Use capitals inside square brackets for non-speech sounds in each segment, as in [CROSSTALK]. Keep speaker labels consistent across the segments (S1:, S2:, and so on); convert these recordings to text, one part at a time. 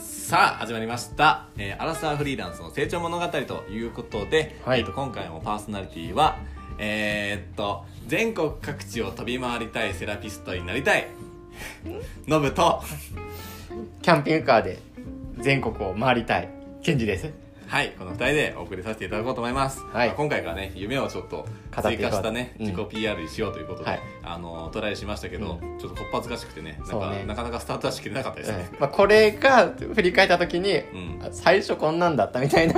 S1: さあ始まりました、えーアラサーフリーランスの成長物語ということで、
S2: はい
S1: えーと今回もパーソナリティはえーっと全国各地を飛び回りたいセラピストになりたいノブと
S2: キャンピングカーで全国を回りたいケンジです
S1: はい、この2人でお送りさせていただこうと思います、
S2: はい
S1: まあ今回からね夢をちょっと
S2: 語って
S1: 追
S2: いこう
S1: 加したね
S2: うん
S1: 自己 PR にしようということで、
S2: はい
S1: あのトライしましたけど、
S2: う
S1: ちょっとこっぱずかしくてねなん
S2: そう
S1: か
S2: ね
S1: なかなかスタートはしきれなかったですね、
S2: まあ、これが振り返った時に、
S1: ん
S2: あ最初こんなんだったみたいない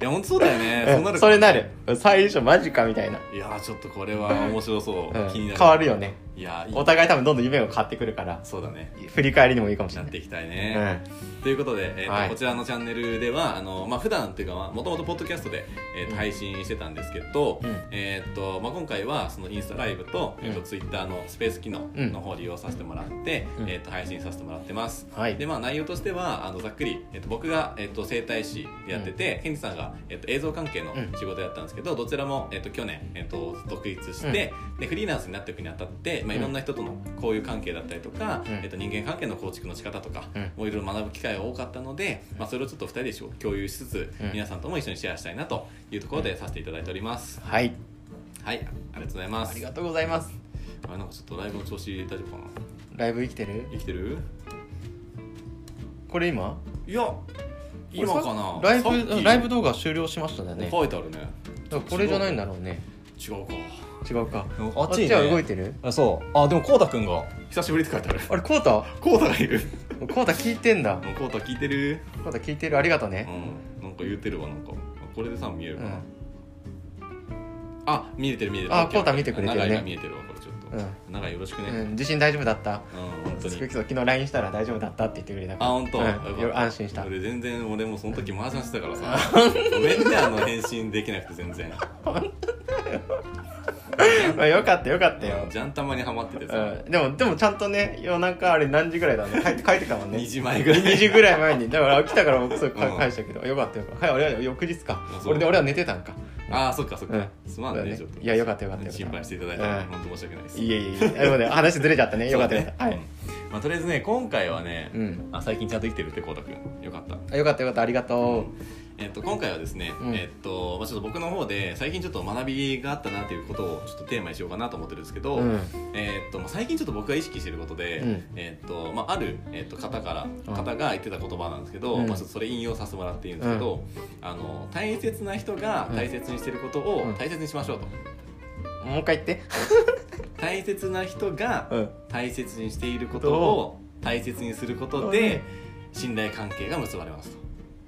S1: や本当そうだよねそうなる
S2: れなる最初マジかみたいな、
S1: いやーちょっとこれは面白そう、
S2: うん
S1: 気にな
S2: 変
S1: る
S2: わるよね
S1: いやーいい
S2: お互い多分どんどん夢を買ってくるから
S1: そうだね
S2: 振り返りにもいいかもし
S1: な
S2: れ
S1: っ
S2: な
S1: て
S2: い
S1: いきたいね、ということで、えーと
S2: はい
S1: こちらのチャンネルではあの、まあ普段というかもともとポッドキャストで、えーと
S2: うん
S1: 配信してたんですけど、
S2: うん
S1: えーとまあ、今回はそのインスタライブと,、えーと
S2: うん
S1: ツイッターのスペース機能
S2: うん
S1: の方を利用させてもらって、
S2: うん
S1: えーと配信させてもらってます。
S2: はい
S1: でまあ、内容としてはあのざっくり、えー、と僕が、えー、と整体師でやってて、ケンジさんが、えー、と映像関係の
S2: うん
S1: 仕事やったんですけど、どちらも、えー、と去年、えー、と独立して、でフリーランスになっていくにあたって、まあ、いろんな人との交友関係だったりとか、
S2: うん
S1: えー、と人間関係の構築の仕方とか、
S2: うん
S1: もういろいろ学ぶ機会が多かったので、まあ、それをちょっと2人でしょ共有しつつ、
S2: うん
S1: 皆さんとも一緒にシェアしたいなというところでさせていただいております、
S2: はい、
S1: はいありがとうございます
S2: ありがとうございます
S1: あれなんかちょっとライブの調子大丈夫かな
S2: ライブ生きてる
S1: 生きてる
S2: これ今
S1: いや今かな
S2: ライ
S1: さっ
S2: ブ
S1: き
S2: ライブ動画終了しましたよね
S1: 書いてあるね
S2: だからこれじゃないんだろうね
S1: 違うか
S2: 違うか
S1: あっちにね
S2: は動いてる
S1: あそうあでもこうたくんが久しぶりって書いてある
S2: あれコウタ
S1: こうたがいる
S2: コウタ聞いてんだ
S1: もうこうた聞いてる
S2: コウタ聞いてるありがとね
S1: うんなんか言ってるわなんかこれでさ見えるかな、
S2: うん
S1: あ見えてる見えてる
S2: あ
S1: OK
S2: コウタ見てくれてるね
S1: 長いが見えてるわこれちょっと、
S2: う
S1: 長いよろしくね、
S2: うん、地震大丈夫だった
S1: うん、本当
S2: そ
S1: に
S2: う。昨日 LINE したら大丈夫だったって言ってくれたか
S1: あ、
S2: ら
S1: 本当。
S2: うん
S1: よかった
S2: よ安心した
S1: 俺全然俺もその時麻雀してたから
S2: [LAUGHS]
S1: さ。ごめんねあの返信できなくて全然。
S2: まあよかったよかったよ、
S1: ジャンタマにハマっててさ。
S2: うん、でもでもちゃんとね夜中あれ何時ぐらいだね
S1: [LAUGHS]
S2: 帰って帰ってたもんね
S1: 2時前ぐらい。
S2: 2時ぐらい前にだから来たから僕
S1: [LAUGHS]
S2: それ
S1: うん
S2: 返したけど、よかったよかったはい俺は翌日か
S1: あそう
S2: 俺で俺は寝てたんか
S1: あー、そっかそっ
S2: うん
S1: か。すまんねち
S2: そ
S1: ょ
S2: う
S1: っ
S2: だ
S1: と。
S2: いやよかったよかったよかった
S1: 心配していただいて
S2: うん
S1: 本当申し訳ないです。
S2: いえいえい
S1: [LAUGHS]
S2: えでもね話ずれちゃったねよかったよかった、
S1: そう
S2: は
S1: ね
S2: い、
S1: うんまあとりあえずね今回はね
S2: うん、
S1: あ最近ちゃんと生きてるってこうたくんよかった。
S2: あよかったよかったありがと
S1: えっと、今回はですね、
S2: うん
S1: えっとまあ、ちょっと僕の方で最近ちょっと学びがあったなということをちょっとテーマにしようかなと思ってるんですけ
S2: う
S1: ど、
S2: うん
S1: えーっとまあ最近ちょっと僕が意識してることで、
S2: うん
S1: えーっとまあ、ある、えーっと方から方が言ってた言葉なんですけど、
S2: うん
S1: まあ、ちょっとそれ引用させてもらっていいんですけど、あの大切な人が大切にしてること
S2: う
S1: を
S2: ん
S1: 大切にしましょうと、
S2: もう一回言って
S1: 大切な人が
S2: うん
S1: 大切にしていることを大切にすることで信頼関係が結ばれますと。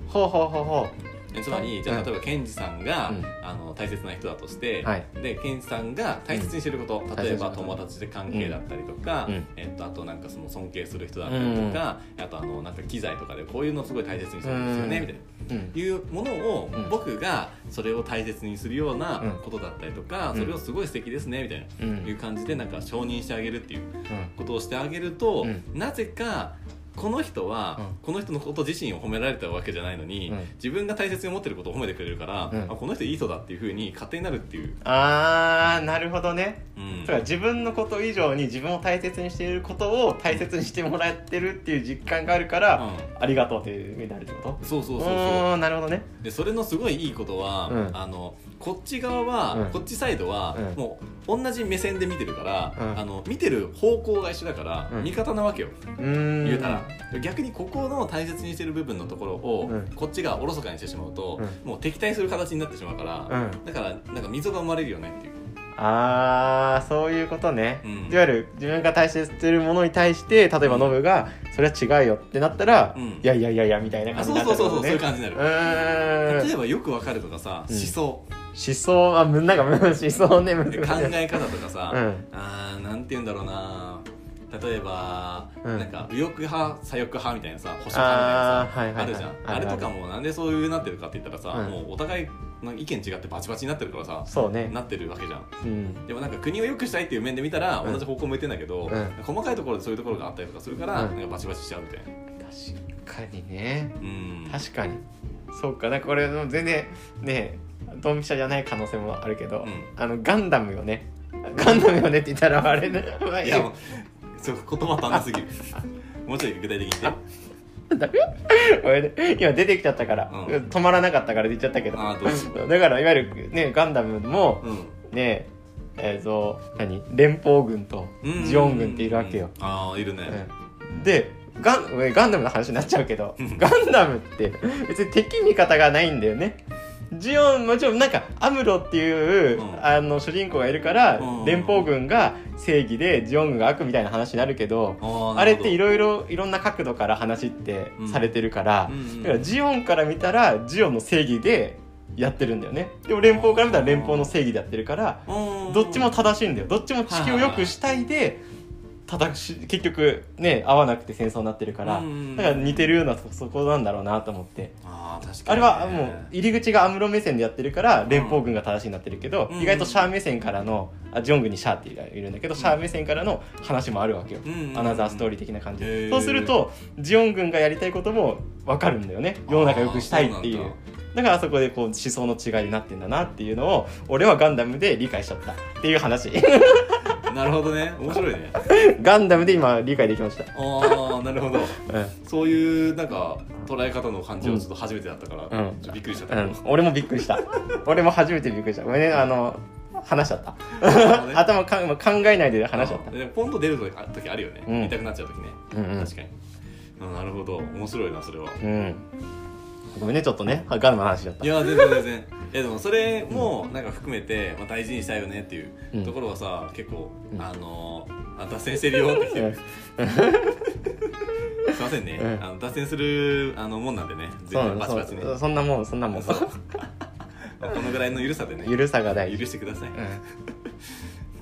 S2: ほうほうほうほ
S1: えつまりじゃあ
S2: うん
S1: 例えばケンジさんが、
S2: うん
S1: あの大切な人だとして、
S2: はい
S1: でケンジさんが大切にしてること、
S2: ん
S1: 例えば
S2: 大切なこと
S1: 友達で関係だったりとか、
S2: うん
S1: えっと、あとなんかその尊敬する人だったりとか、あとあのなんか機材とかでこういうのをすごい大切にしてるんですよね、
S2: うん
S1: みたいな。
S2: ううん
S1: いうものを
S2: うん
S1: 僕がそれを大切にするような
S2: うん
S1: ことだったりとか、
S2: うん
S1: それをすごい素敵ですねみたいな、
S2: うん
S1: いう感じでなんか承認してあげるっていう
S2: うん
S1: ことをしてあげると、
S2: う
S1: なぜかこの人は、
S2: うん
S1: この人のこと自身を褒められたわけじゃないのに、
S2: うん
S1: 自分が大切に思ってることを褒めてくれるから、
S2: うん
S1: あこの人いい人だっていうふうに勝手になるっていう、
S2: あーなるほどね
S1: うん
S2: そうか自分のこと以上に自分を大切にしていることを大切にしてもらってるっていう実感があるから、
S1: う
S2: ありがとうという意味になるってこと
S1: んそうそうそう
S2: ー
S1: そ
S2: んなるほどね
S1: うでそれのすごいいいことは、
S2: うん
S1: あのこっち側は、
S2: うん
S1: こっちサイドは、
S2: うん
S1: もう同じ目線で見てるから、
S2: うん
S1: あの見てる方向が一緒だから、
S2: うん
S1: 味方なわけよ
S2: うーん
S1: 言うたら、逆にここの大切にしてる部分のところを、
S2: うん
S1: こっちがおろそかにしてしまうと、
S2: う
S1: もう敵対する形になってしまうから、
S2: うん
S1: だからなんか溝が生まれるよねっていう
S2: あーそういうことね、
S1: うん
S2: いわゆる自分が大切にしてるものに対して例えばノブが、それは違うよってなったら、
S1: うん
S2: いやいやいやいやみたいな
S1: あ
S2: 感
S1: そ
S2: じに
S1: う
S2: なっ
S1: そ
S2: た
S1: うそうそう、そういう
S2: う
S1: 感じに
S2: う
S1: なる、
S2: ー
S1: 例え
S2: ん
S1: ばよくわかるとかさ、
S2: うん
S1: 思想
S2: 思想あむなんかむ [LAUGHS] 思想ね難し
S1: で
S2: い
S1: 考え方とかさ、
S2: うん
S1: あーなんて言うんだろうな例えば、
S2: うん
S1: なんか右翼派左翼派みたいなさ保守派みたいな
S2: あ
S1: さ
S2: ーはいはいはい
S1: あるじゃん
S2: あ
S1: あ
S2: る
S1: れ
S2: ある
S1: とかもなんでそういうなってるかって言ったらさ、
S2: うん
S1: もうお互いの意見違ってバチバチになってるからさ
S2: そうね
S1: なってるわけじゃん
S2: うん
S1: でもなんか国を良くしたいっていう面で見たら
S2: うん
S1: 同じ方向向いてんだけど、
S2: うん
S1: 細かいところでそういうところがあったりとかするから、
S2: うん
S1: なんかバチバチしちゃうみたいな
S2: 確かにね
S1: うん
S2: 確かにそうかなんかこれ全然ねドンピシャじゃない可能性もあるけど、
S1: うん
S2: あのガンダムよねガンダムよねって言ったらあれねまあ [LAUGHS]
S1: いやもうそう言葉足んなすぎるもうちょい具体的に言って
S2: ダメこれで今出てきちゃったから、
S1: うん
S2: 止まらなかったから出ちゃったけど
S1: あーどうぞ
S2: だからいわゆるねガンダムも
S1: うん
S2: ねえーと何連邦軍と
S1: うん
S2: ジオン軍っているわけよ、
S1: うんああいるね
S2: うんでガンえガンダムの話になっちゃうけどガンダムって別に敵味方がないんだよねジオンもちろんなんかアムロっていう、
S1: うん
S2: あの主人公がいるから、
S1: うん
S2: 連邦軍が正義でジオン軍が悪みたいな話になるけど、
S1: あ
S2: あれってい
S1: ろ
S2: ろいろいろんな角度から話ってされてるから,、だからジオンから見たらジオンの正義でやってるんだよねでも連邦から見たら連邦の正義でやってるからどっちも正しいんだよどっちも地球を良くしたいで正し結局ね合わなくて戦争になってるから、だから似てるようなそそこなんだろうなと思って。
S1: あー確か
S2: あ
S1: に
S2: れ
S1: ね
S2: はもう入り口がアムロ目線でやってるから連邦軍が正しいになってるけど、
S1: うん
S2: 意外とシャア目線からのあジョン軍にシャアっていうのがいるんだけど、シャア目線からの話もあるわけよ、
S1: うんうんうん
S2: アナザーストーリー的な感じ
S1: へ
S2: で
S1: ー
S2: そうするとジオン軍がやりたいことも分かるんだよね世の中良くしたいってい
S1: あーそうな
S2: う
S1: んだ
S2: だからあそこでこう思想の違いになってんだなっていうのを俺はガンダムで理解しちゃったっていう話 [LAUGHS]
S1: なるほどね面白いね
S2: ガンダムで今理解できました、
S1: ああなるほど
S2: うん
S1: そういうなんか捉え方の感じをちょっと初めてだったから、
S2: うん
S1: ちょっとびっくりしちゃった
S2: う
S1: け
S2: ん、俺もびっくりした俺も初めてびっくりしたごめんねあの話しちゃった
S1: ど、ね
S2: 頭か考えないで話しちゃった
S1: あーでもポンと出る時あ時あるよね、
S2: うん
S1: 痛くなっちゃう時ね、
S2: うんうん
S1: 確かに、うん、なるほど面白いなそれは、
S2: うんごめんねちょっとねガンダムの話だっ
S1: い
S2: た
S1: や全然全然いやでもそれもなんか含めて、まあ、大事にしたいよねっていう
S2: うん
S1: ところはさ、結構、
S2: うん
S1: あのーあ脱線してるよって
S2: [LAUGHS]
S1: 来てるすいませんね、
S2: うん
S1: あの脱線するあのもんなんでね全然バチ
S2: そ
S1: バ
S2: う
S1: チね
S2: そそんなもんそんなもん
S1: そうこのぐらいの緩さでね
S2: ゆるさが大
S1: 許
S2: 事
S1: してください、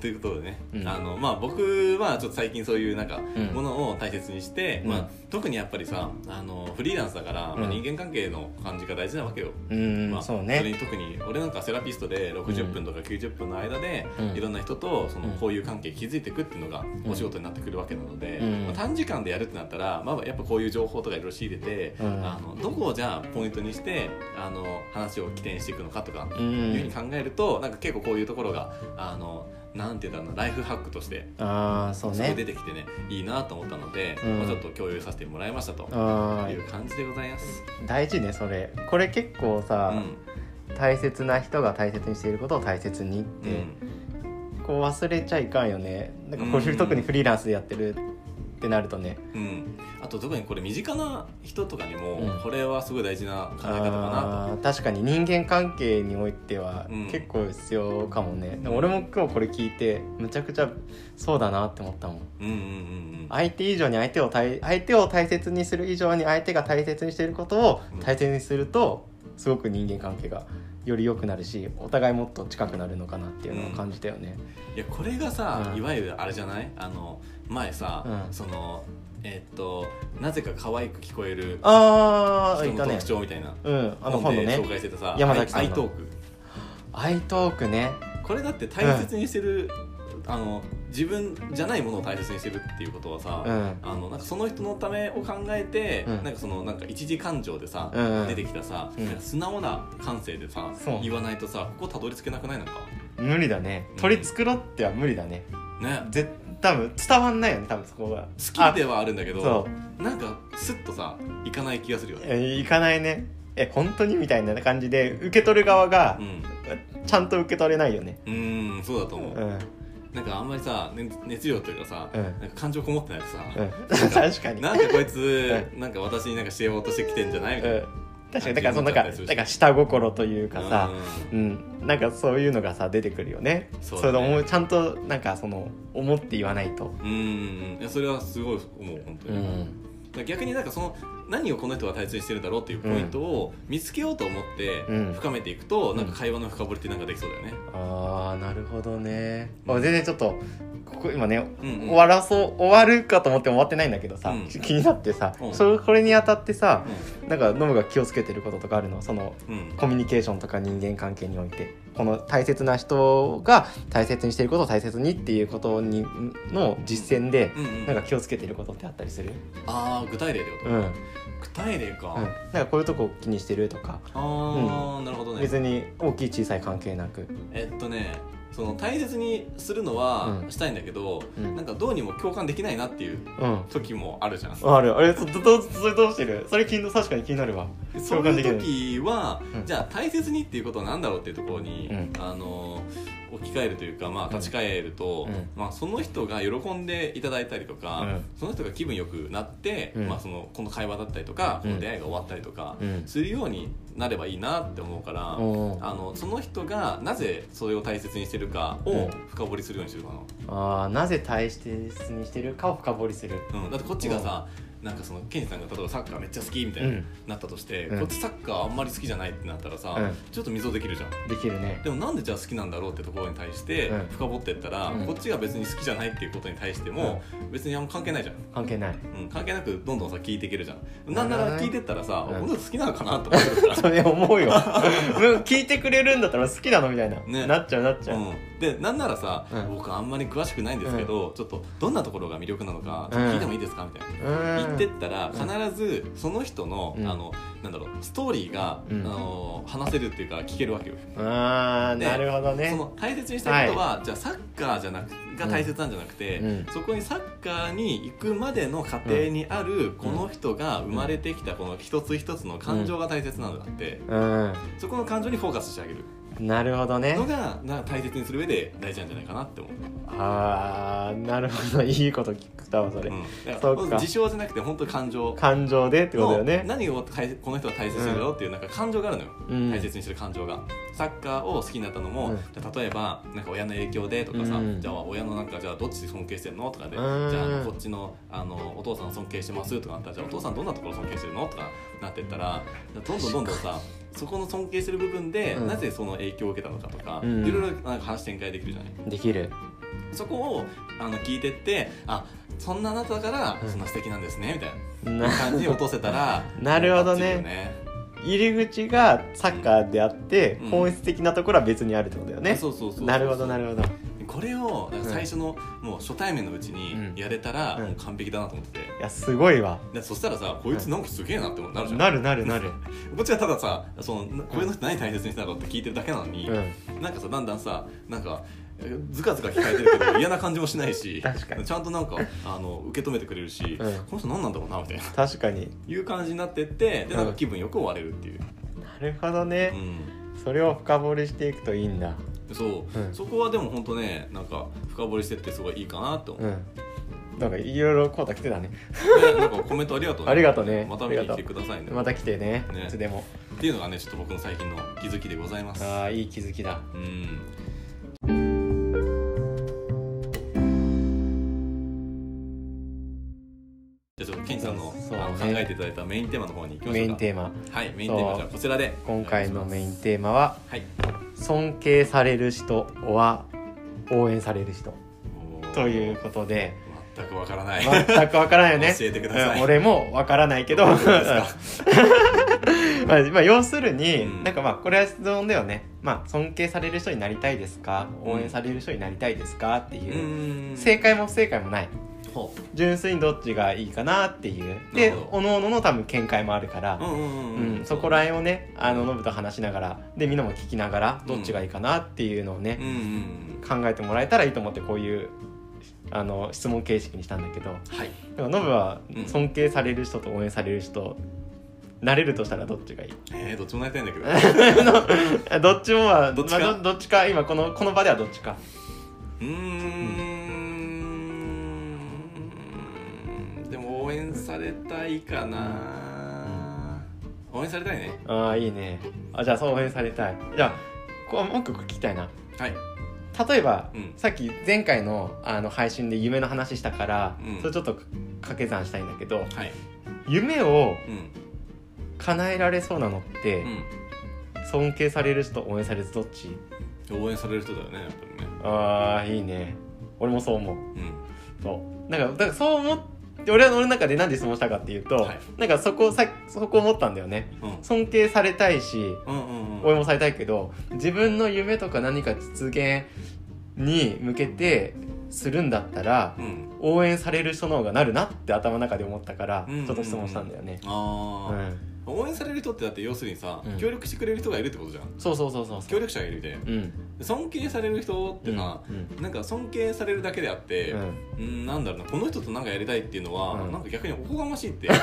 S1: ということでね、
S2: うん
S1: あのまあ僕はちょっと最近そういうなんか
S2: うん
S1: ものを大切にして、
S2: うん
S1: まあ、特にやっぱりさあのフリーランスだから、
S2: うん
S1: まあ、人間関係の感じが大事なわけよ。
S2: うん、
S1: ま
S2: う
S1: あ
S2: ん、そう
S1: れ
S2: ね
S1: に特に俺なんかセラピストで60分とか90分の間で、
S2: うん
S1: いろんな人とその
S2: うん
S1: 交友関係築いていくっていうのがお仕事になってくるわけなので、
S2: うん
S1: まあ短時間でやるってなったら、まあ、やっぱこういう情報とかいろいろ仕入れて、
S2: うん
S1: あのどこをじゃあポイントにしてあの話を起点していくのかとか
S2: う
S1: いうふうに
S2: ん
S1: 考えるとなんか結構こういうところがあのなんていうんだろうなライフハックとして
S2: ああそう
S1: すごい出
S2: ね
S1: てきてねいいなと思ったので、
S2: うん
S1: まあ、ちょっと共有させてもらいましたと
S2: あ
S1: いう
S2: ー
S1: 感じでございます。
S2: 大事ねそれこれ結構
S1: う
S2: さ、
S1: ん
S2: 大切な人が大切にしていることを大切にっ
S1: う
S2: て、
S1: ん
S2: こう忘れちゃいかんよねなんかこういう、
S1: うん
S2: 特にフリーランスでやってるってなるとね
S1: うん、あと特にこれ身近な人とかにも、
S2: うん
S1: これはすごい大事な考え方かな
S2: あー確かに人間関係においては
S1: うん
S2: 結構必要かもね、でも俺も今日これ聞いてむちゃくちゃそうだなって思ったもん
S1: と。うんうんうんうん
S2: 相手以上に相手を大相手を大切にする以上に相手が大切にしていることを
S1: うん
S2: 大切にするとすごく人間関係がより良くなるしお互いもっと近くなるのかなっていうのを感じたよね。
S1: いやこれがさ、
S2: うん
S1: いわゆるあれじゃないあの前さ、
S2: うん
S1: そのえーっとなぜか可愛く聞こえる
S2: ああい
S1: 人
S2: た
S1: の
S2: ね
S1: 特。徴みたいな、
S2: うん、あの本
S1: 本
S2: の
S1: で
S2: ね
S1: 紹介してたさ、
S2: 山崎さんの
S1: アイトーク
S2: 「アイトークね」
S1: これだって大切にしてる、あの自分じゃないものを大切にしてるっていうことはさ、
S2: うん
S1: あのなんかその人のためを考えて、
S2: うん
S1: なんかそのなんか一時感情でさ、
S2: うんうん
S1: 出てきたさ、
S2: うん
S1: なんか素直な感性でさ、
S2: そう
S1: 言わないとさここたどり着けなくないなんか
S2: 無理だね取り繕っては無理だね
S1: ね
S2: 絶多分伝わんないよね多分そこが
S1: 好きではあるんだけ
S2: あそ
S1: どなんかスッとさいかない気がするよね。
S2: え行かないねえ本当にみたいな感じで受け取る側が
S1: うん
S2: ちゃんと受け取れないよね
S1: うーんそうだと
S2: う
S1: 思
S2: ん
S1: う、
S2: うん
S1: [LAUGHS] なんかあんまりさ、ね、熱量というかさ、
S2: うん
S1: なんか感情こもってないとさ、
S2: 確かに
S1: なんでこいつなんか私になんかしようとしてきてんじゃないみたいな、
S2: うん確かにだからそのなん
S1: 感じになっちゃったり
S2: か
S1: す
S2: だ
S1: るし
S2: から下心というかさ
S1: う
S2: うんなんかそういうのがさ出てくるよね
S1: そう
S2: そ
S1: だね
S2: れで思うちゃんとなんかその思って言わないと
S1: んうんいやそれはすごい思う本当
S2: う
S1: に、だか
S2: ん
S1: ら逆になんかその何をこの人は大切にしてるだろうっていうポイントを見つけようと思って
S2: うん
S1: 深めていくと、
S2: うん
S1: なんか会話の深掘りってなんかできそうだよね、
S2: あーなるほどねあ全然ちょっとここ今ね
S1: うんうん
S2: 終わらそう終わるかと思っても終わってないんだけどさ、
S1: うん
S2: 気になってさ、
S1: うん
S2: それこれにあたってさなんかノブが気をつけてることとかあるのその
S1: うんうん
S2: コミュニケーションとか人間関係においてこの大切な人が大切にしていることを大切にっていうことにの実践で
S1: うんうん
S2: なんか気をつけてることってあったりする
S1: ああ具体例ってこ
S2: う
S1: と、
S2: ん、うん、
S1: 具体例か、
S2: なんかこういうとこ気にしてるとか
S1: ああ、なるほどね
S2: 別に大きい小さい関係なく
S1: えっとねそその大切にするのは
S2: うん
S1: したいんだけど、
S2: うん
S1: なんかどうにも共感できないなっていう
S2: うん
S1: 時もあるじゃん
S2: あるあれそどどうそれどうしてるそれ気に確かに気になるわ
S1: そう
S2: 共感
S1: い
S2: できな
S1: う時は、
S2: うん
S1: じゃあ大切にっていうことは何だろうっていうところに、
S2: うん
S1: あの置き換えるというか、まあ、立ち返ると、
S2: うん
S1: まあ、その人が喜んでいただいたりとか、
S2: うん
S1: その人が気分よくなって、
S2: うん
S1: まあ、そのこの会話だったりとか、
S2: うん
S1: この出会いが終わったりとか、
S2: うん
S1: するようになればいいなって思うから、
S2: おー
S1: あのその人がなぜそれを大切にしてるか
S2: う
S1: を
S2: ん
S1: 深掘りするようにしてるか
S2: あーなぜ大切にしてるかを深掘りする
S1: な、うん、だってこっちがさ、なんかそのケンジさんが例えばサッカーめっちゃ好きみたいな、
S2: うん
S1: なったとして、
S2: うん
S1: こっちサッカーあんまり好きじゃないってなったらさ、
S2: うん
S1: ちょっと溝できるじゃん
S2: できるね
S1: でもなんでじゃあ好きなんだろうってところに対して
S2: うん
S1: 深掘ってったら、
S2: うん
S1: こっちが別に好きじゃないっていうことに対しても、別にあんま関係ないじゃん、
S2: 関係ない
S1: うん、関係なくどんどんさ聞いていけるじゃんなんなら聞いてったらさ、
S2: うん
S1: この人好きなのかなと思
S2: [LAUGHS]
S1: ってるから
S2: それ思うよ聞いてくれるんだったら好きなのみたいな、
S1: ね
S2: なっちゃうなっちゃう、
S1: うん、でなんならさ、
S2: うん
S1: 僕あんまり詳しくないんですけど、ちょっとどんなところが魅力なのか
S2: うん
S1: 聞いてもいいですかみたいな。言ってったら
S2: うん
S1: 必ずその人の,、
S2: うん
S1: あのなんだろうストーリーが、
S2: うん
S1: あの話せるっていうか聞けるわけよ。
S2: ああ
S1: で
S2: なるほどね
S1: その大切にしたいことは、じゃあサッカーじゃなくが大切なんじゃなくて、
S2: うん
S1: そこにサッカーに行くまでの過程にある、この人が生まれてきたこの一つ一つの感情が大切なのだって、
S2: う
S1: そこの感情にフォーカスしてあげる
S2: んなるほどね
S1: のがな大切にする上で大事なんじゃないかなって思う。
S2: ああなるほどいいこと聞くたわそれ、
S1: うんだ
S2: そう
S1: か
S2: から
S1: 事象じゃなくて本当に感情
S2: 感情でってことだよ
S1: の
S2: ね
S1: 何を大この人は大切にするだろうっていうなんか感情があるのよ、
S2: うん
S1: 大切にしてる感情がサッカーを好きになったのも、
S2: うん
S1: じゃあ例えばなんか親の影響でとかさ、
S2: うん
S1: じゃあ親のなんかじゃあどっち尊敬してるのとかで、
S2: うん
S1: じゃああのこっちのあのお父さんを尊敬してますとかなったらじゃあお父さんどんなところ尊敬してるのとかなってったらどんどんどんどんさそこの尊敬してる部分で、
S2: うん
S1: なぜその影響を受けたのかとか、
S2: うん
S1: いろいろなんか話展開できるじゃない
S2: できる
S1: そこをあの聞いてってあそんなあなたから
S2: うん
S1: そんな素敵なんですねみたいな。
S2: な
S1: 感じに落とせたら
S2: [LAUGHS] なるほどね
S1: バッチリよ
S2: 入り口がサッカーであって、
S1: うん
S2: 本質的なところは別にあるってことだよね、
S1: そうそうそう
S2: なるほどな
S1: ほ
S2: るほど
S1: どこれをなんか最初の、もう初対面のうち
S2: うん
S1: にやれたら、
S2: うん
S1: もう完璧だなと思ってて
S2: いやすごいわ
S1: でそしたらさこいつなんかすげえなってなるじゃん
S2: なるなるなる、
S1: こっちはたださそのなこういうの人何大切にしたのって聞いてるだけなのに、
S2: うん、
S1: なんかさだんだんさなんかえーずかずか控えてるけど嫌な感じもしないし
S2: [LAUGHS] 確かに
S1: ちゃんとなんかあの受け止めてくれるし、
S2: うん
S1: この人何なんだろうなみたいな
S2: 確かに
S1: いう感じになってってでなん
S2: う
S1: か
S2: ん
S1: 気分よく終われるっていう、
S2: なるほどね
S1: う、ん、
S2: それを深掘りしていくといいんだ
S1: そう、
S2: うん
S1: そこはでも本当ねなんか深掘りしてってすごいいいかなと思
S2: う
S1: う、
S2: んなんかいろいろこうた来てたね
S1: でなんかコメントありがとう
S2: ありがとうね
S1: また見に来てくださいね
S2: また来てね
S1: ね
S2: いつでも
S1: っていうのがねちょっと僕の最近の気づきでございます
S2: ああいい気づきだ
S1: うんじゃあちょっとケンジさんの,、
S2: そうね
S1: あの考えていただいたメインテーマの方に行きましょうか
S2: メインテーマ
S1: はいメインテーマじゃあこちらで
S2: 今回のメイ
S1: ン
S2: ンテーマは
S1: はい
S2: 尊敬される人は応援される人
S1: おー
S2: ということで
S1: 全くわからない、
S2: 全くわからないよね
S1: 教えてください
S2: うん俺もわからないけどま
S1: そうですか
S2: あ、 [LAUGHS] まあ要するに、
S1: うん
S2: なんかまあこれは質問だよねまあ尊敬される人になりたいですか応援される人になりたいですかっ
S1: [LAUGHS]
S2: て
S1: う
S2: いう、
S1: ーん
S2: 正解も不正解もない
S1: ほう
S2: 純粋にどっちがいいかなっていう
S1: な
S2: で
S1: るほど
S2: おのおのの多分見解もあるから、
S1: うんうんうん、
S2: うん、そこら辺をねあのノブと話しながらでみんなも聞きながらどっちがいいかなっていうのを
S1: うん
S2: ね、
S1: うんうん
S2: 考えてもらえたらいいと思ってこういうあの質問形式にしたんだけど
S1: はい
S2: でもノブは
S1: うん
S2: 尊敬される人と応援される人なれるとしたらどっ
S1: [LAUGHS]
S2: ちがいい
S1: えー、どっちもなりたいんだ
S2: [LAUGHS]
S1: けど
S2: あどっちもは
S1: どっちか
S2: まあどどっちか今このこの場ではどっちか
S1: うーんでも応援されたいかな応援されたいね
S2: ああいいねあじゃあそう応援されたいじゃあこうもう一個聞きたいな
S1: はい
S2: 例えば、
S1: うん
S2: さっき前回のあの配信で夢の話したから、
S1: うん
S2: それちょっと掛け算したいんだけど
S1: はい
S2: 夢を
S1: うん
S2: 叶えられそうなのって、尊敬される人応援される人どっち
S1: うん応援される人だよねやっぱりね
S2: あーいいね俺もそう思う
S1: うん
S2: そうなんかだからそう思って俺は俺の中で何で質問したかっていうと、
S1: はい
S2: なんかそこさそこ思ったんだよね
S1: うん
S2: 尊敬されたいし
S1: うんうんう
S2: 応
S1: ん
S2: 援もされたいけど自分の夢とか何か実現に向けてするんだったら
S1: うん
S2: 応援される人の方がなるなって頭の中で思ったから
S1: うん
S2: ちょっと質問したんだよね。
S1: ああ、応援される人ってだって要するにさ、
S2: うん
S1: 協力してくれる人がいるってことじゃん
S2: そうそうそうそうそ
S1: 協
S2: う
S1: 力者がいるみたいな
S2: うん
S1: 尊敬される人ってさ、
S2: うん
S1: なんか尊敬されるだけであって、
S2: うん
S1: うん、なんだろうなこの人となんかやりたいっていうのは、
S2: うん
S1: なんか逆におこがましいって
S2: [LAUGHS]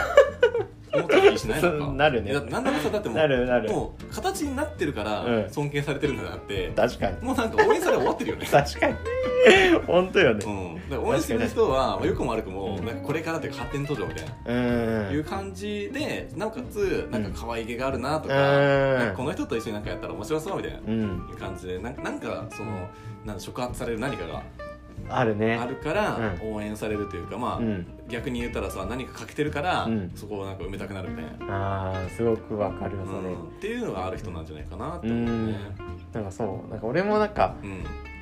S1: 思ったりしないの
S2: そ
S1: か
S2: うなるね
S1: だってなんだかさだっても
S2: な
S1: う
S2: るなる
S1: もう形になってるか
S2: う
S1: ら
S2: ん
S1: 尊敬されてるんだなって、
S2: 確かに
S1: もうなんか応援され終わってるよね
S2: [LAUGHS] 確かに本当よね
S1: うん、だから応援してくれる人は、まあ、よくも悪くも、
S2: うん
S1: なんかこれからっていうか発展途上みたいな、
S2: うん
S1: いう感じでなおかつなんか可愛げがあるなとか,、
S2: うん
S1: なんかこの人と一緒になんかやったら面白そうみたいな、
S2: うん
S1: いう感じでなんかなんかそのなんか触発される何かが
S2: あるね
S1: あるから応援されるというか、まあ、
S2: うん
S1: 逆に言ったらさ何か欠けてるから、
S2: うん
S1: そこをなんか埋めたくなるみたいな、
S2: あーすごくわかるわ
S1: う
S2: それ、
S1: ん、っていうのがある人なんじゃないかなって思うね。
S2: なんかそうなんか俺もなんか
S1: うん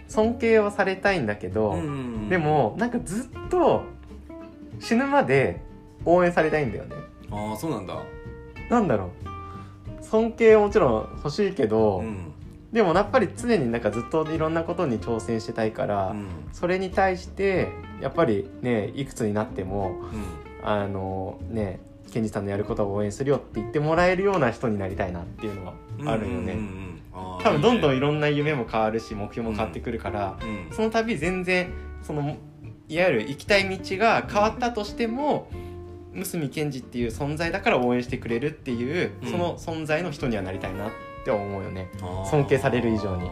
S2: 尊敬はされたいんだけど、
S1: うん
S2: でもなんかずっと死ぬまで応援されたいんだよね
S1: ああそうなんだ、
S2: なんだろう尊敬はもちろん欲しいけど、
S1: うん
S2: でもやっぱり常になんかずっといろんなことに挑戦してたいから、
S1: うん
S2: それに対してやっぱりねいくつになっても
S1: うん、
S2: あのねケンジさんのやることを応援するよって言ってもらえるような人になりたいなっていうのはある
S1: う
S2: よね、
S1: んうんうんあー
S2: 多分どんどん
S1: いい
S2: い
S1: ね
S2: ろんな夢も変わるし目標も変わってくるから、
S1: うん
S2: その度全然そのいわゆる行きたい道が変わったとしても娘健二っていう存在だから応援してくれるっていう、
S1: うん
S2: その存在の人にはなりたいなって思うよね。
S1: あー
S2: 尊敬される以上に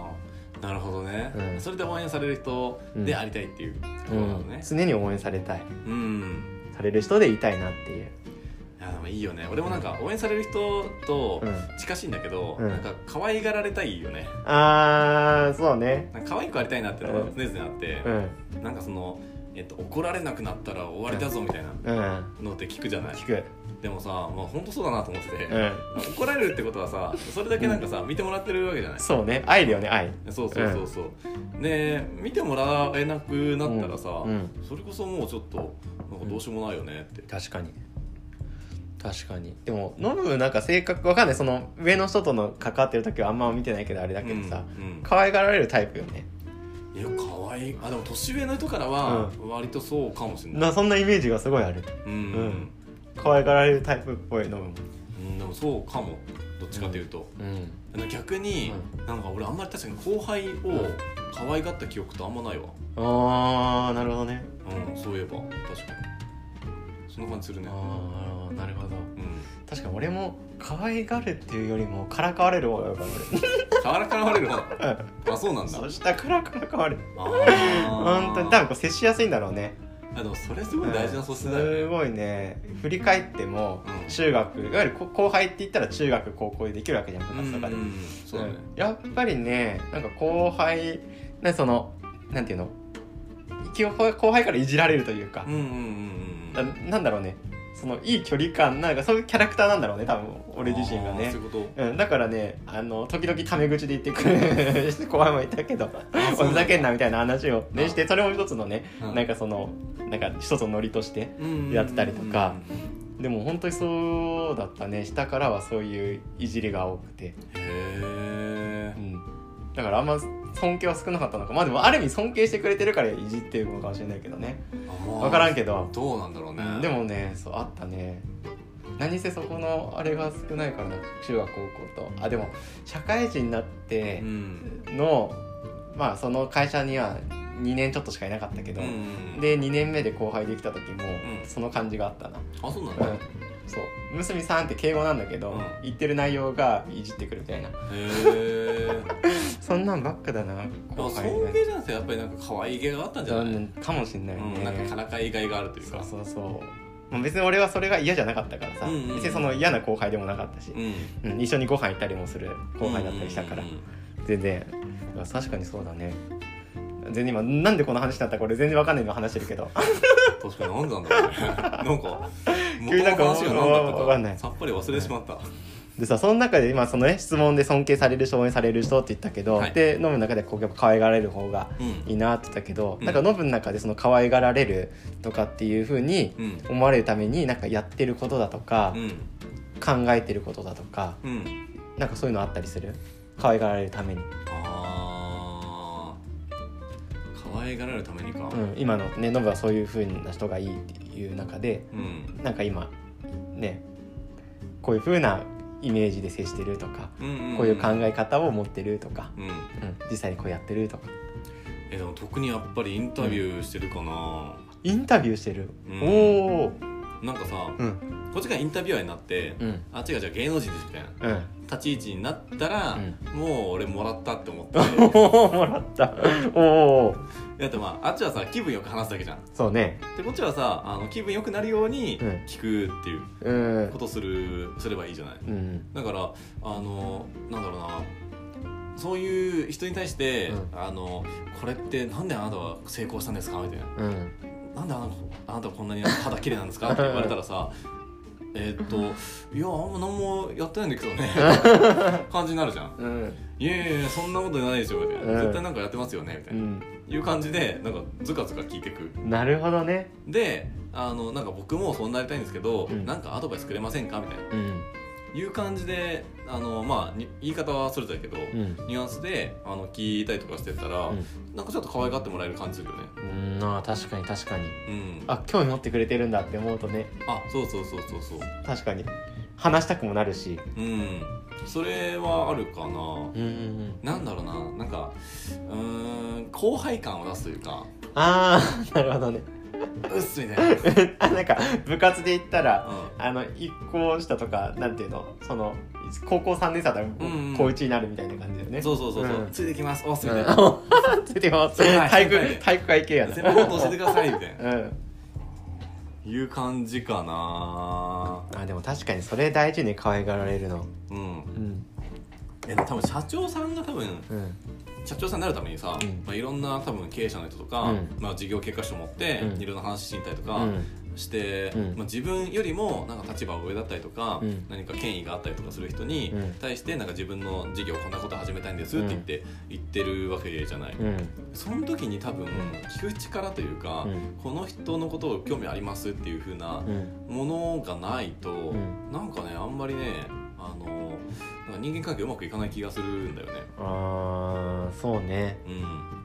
S1: なるほどね、
S2: うん
S1: それで応援される人でありたいっていうとこ
S2: う
S1: ろなの
S2: ん
S1: ね、
S2: 常に応援されたい
S1: うん
S2: される人でいたいなっていう。
S1: いやでもいいよね俺もなんか応援される人と
S2: うん、
S1: 近しいんだけど、
S2: うん
S1: なんか可愛がられたいよね
S2: あーそうね。
S1: なんか可愛くありたいなってのが
S2: うん
S1: 常々あって
S2: う、ん
S1: なんかその、えっと、怒られなくなったら終わりだぞみたいな
S2: うん
S1: のって聞くじゃない
S2: 聞く。
S1: でもさ、まあ、本当そうだなと思ってて、
S2: うん
S1: 怒られるってことはさそれだけなんかさ、見てもらってるわけじゃない
S2: そうね愛だよね愛。
S1: そうそうそうそうで見てもらえなくなったらさ、
S2: うんうん
S1: それこそもうちょっとなんかどうしようもないよねって、
S2: 確かに確かにでもノブなんか性格わかんないその上の人との関わってる時はあんま見てないけどあれだけどさ、
S1: うんうん
S2: 可愛がられるタイプよね
S1: いや可愛いあでも年上の人からは割とそうかもしれない、
S2: なそんなイメージがすごいある
S1: うん
S2: ん可愛がられるタイプっぽいノブも
S1: うんでもそうかもどっちかというと、
S2: うん
S1: 逆に、なんか俺あんまり確かに後輩を可愛がった記憶ってあんまないわ
S2: あーなるほどね
S1: うんそういえば確かにそんな感じするね
S2: ああなるほど
S1: うん
S2: 確かに俺も可愛がるっていうよりもからかわれる方がよかっ
S1: からからわれるわ [LAUGHS] あそうなん
S2: た
S1: だ
S2: 俺そしたらからからわれる
S1: あ
S2: 本当に多分こう接しやすいんだろうね
S1: あでもそれすごい大事な素質だよね、
S2: すごいね振り返っても
S1: うん
S2: 中学、いわゆるこ後輩って言ったら中学高校でできるわけじゃん部活とかで、
S1: うんうんそうだね
S2: んやっぱりねなんか後輩なんかそのなんていうの一応後輩からいじられるというか
S1: う、んうんうん
S2: な
S1: うん
S2: なんだろうねそのいい距離感なんかそういうキャラクターなんだろうね多分俺自身が
S1: あー
S2: ね
S1: そういうこと
S2: うん、だからねあの時々タメ口で言ってくる [LAUGHS] 後輩もいたけど
S1: なんだ
S2: おふざけんなみたいな話を、
S1: あ
S2: ね、してそれも一つのね、
S1: うん
S2: なんかそのなんか一つのノリとして
S1: うんうんうん
S2: やってたりとかでも本当にそうだったね下からはそういういじりが多くて、
S1: へえ
S2: うん、だからあんま尊敬は少なかったのかまあでもある意味尊敬してくれてるからいじってるのかもしれないけどね分からん
S1: け
S2: けど、
S1: どうなんだろうね
S2: でもねそうあったね何せそこのあれが少ないからな中学高校とあでも社会人になっ
S1: う
S2: て
S1: ん
S2: の、まあその会社には2年ちょっとしかいなかったけど、
S1: うんうんうん
S2: で2年目で後輩できた時も、
S1: うん
S2: その感じがあったな
S1: あそうなん
S2: う
S1: だ
S2: ん
S1: へ
S2: そう娘さんって敬語なんだけど、
S1: うん
S2: 言ってる内容がいじってくるみたいな
S1: え
S2: そんなんばっかだな後輩にな
S1: 尊敬じゃなくてやっぱりなんか可愛いげがあったんじゃない
S2: うんかもしんないね、
S1: うんなんかからかいがいがあるという
S2: そう
S1: か
S2: そうそうまあ別に俺はそれが嫌じゃなかったからさ、
S1: うんうんうん
S2: 別にその嫌な後輩でもなかったし、
S1: うん
S2: うん一緒にご飯行ったりもする後輩だったりしたから、
S1: うんうんうん
S2: 全然まあ確かにそうだね全然今なんでこの話になったか俺全然わかんないの話してるけど [LAUGHS]
S1: 確かに何なんだろうねなんか
S2: 急になんか
S1: 元の話が何だった
S2: わかんない
S1: さっぱり忘れてしまった
S2: でさその中で今そのね質問で尊敬される人応援される人って言ったけど、
S1: はい
S2: でノブの中でこうやっぱ可愛がられる方が
S1: うん
S2: いいなって言ったけど、
S1: うん
S2: なんかノブの中でその可愛がられるとかっていう風に
S1: うん
S2: 思われるためになんかやってることだとか
S1: う、ん
S2: 考えてることだとか
S1: うん
S2: なんかそういうのあったりする可愛がられるために、
S1: あー可愛がられるためにか
S2: うん、今のねノブはそういう風な人がいいっていう中で
S1: うん
S2: なんか今ねこういう風なイメージで接してるとか、こういう考え方を持ってるとか、
S1: うん
S2: うん、実際にこうやってるとか
S1: えでも特にやっぱりインタビューしてるかな、
S2: インタビューしてる、
S1: うん
S2: おお
S1: なんかさ
S2: うん
S1: こっちがインタビュアーになって、
S2: うん
S1: あ違う違う芸能人ですみたいな
S2: うん [LAUGHS]
S1: 立ち位置になったら、
S2: う
S1: もう俺もらったって思
S2: [LAUGHS]
S1: って
S2: おおもらったおお
S1: だってまああっちはさ気分よく話すだけじゃん
S2: そうね
S1: でこっちはさあの気分よくなるように
S2: うん
S1: 聞くっていう
S2: うん
S1: ことする、すればいいじゃない
S2: うん
S1: だからあのなんだろうなそういう人に対して、
S2: う
S1: あのこれってなんであなたは成功したんですかみたいな
S2: うん
S1: なんであなたあなたはこんなに肌綺麗なんですかって言われたらさえーっといやあんま何もやってないんだけどね
S2: [LAUGHS]
S1: 感じになるじゃん
S2: うん
S1: いやいやいやそんなことないでしょみたいな、
S2: うん
S1: 絶対なんかやってますよねみた
S2: う
S1: いな、
S2: ん
S1: いう感じでなんかズカズカ聞いてく
S2: なるほどね
S1: であのなんか僕もそうなりたいんですけど、
S2: うん
S1: なんかアドバイスくれませんかみたいな
S2: うん
S1: いう感じであのまあに言い方はそれぞれだけど、
S2: うん
S1: ニュアンスであの聞いたりとかしてたら、なんかちょっと可愛がってもらえる感じするよね
S2: うんあー確かに確かに
S1: うんあ
S2: あ興味持ってくれてるんだって思うとね
S1: そうそうそうそうそう
S2: 確かに話したくもなるし
S1: うんそれはあるかな、
S2: うんうん
S1: なんだろうななんかうーん後輩感を出すというか
S2: ああなるほどね [LAUGHS]
S1: うっすみたいな、うん、
S2: あなんか部活で行ったらあの一校下とかなんていうのその高校3年生だったら
S1: んうん
S2: 高1になるみたいな感じだよね、
S1: そうそうそうそう、
S2: うん
S1: ついてきますおっすみたいな、
S2: うん、ついてます
S1: 先輩
S2: 体
S1: 先輩
S2: 育体育会系やな
S1: 先輩のこと教えてくださいみたいな
S2: うん
S1: いう感じかな
S2: あでも確かにそれ大事に可愛がられるの
S1: うん
S2: うん
S1: え多分社長さんが多分
S2: うん
S1: 社長さんになるためにさ、
S2: うん
S1: まあ、いろんな多分経営者の人とか、
S2: うん
S1: まあ、事業経過書を持って、
S2: うん
S1: いろんな話しに行ったりと
S2: う
S1: か
S2: ん
S1: して、
S2: うん
S1: まあ、自分よりもなんか立場上だったりとか、
S2: うん
S1: 何か権威があったりとかする人に
S2: うん
S1: 対してなんか自分の事業こんなこと始めたいんですって言って、言ってるわけじゃない、
S2: うん
S1: その時に多分聞く力というか、
S2: うん
S1: この人のことを興味ありますっていう風な
S2: うん
S1: ものがないと、
S2: ん
S1: なんかねあんまりねあのなんか人間関係うまくいかない気がするんだよね。
S2: あーそうね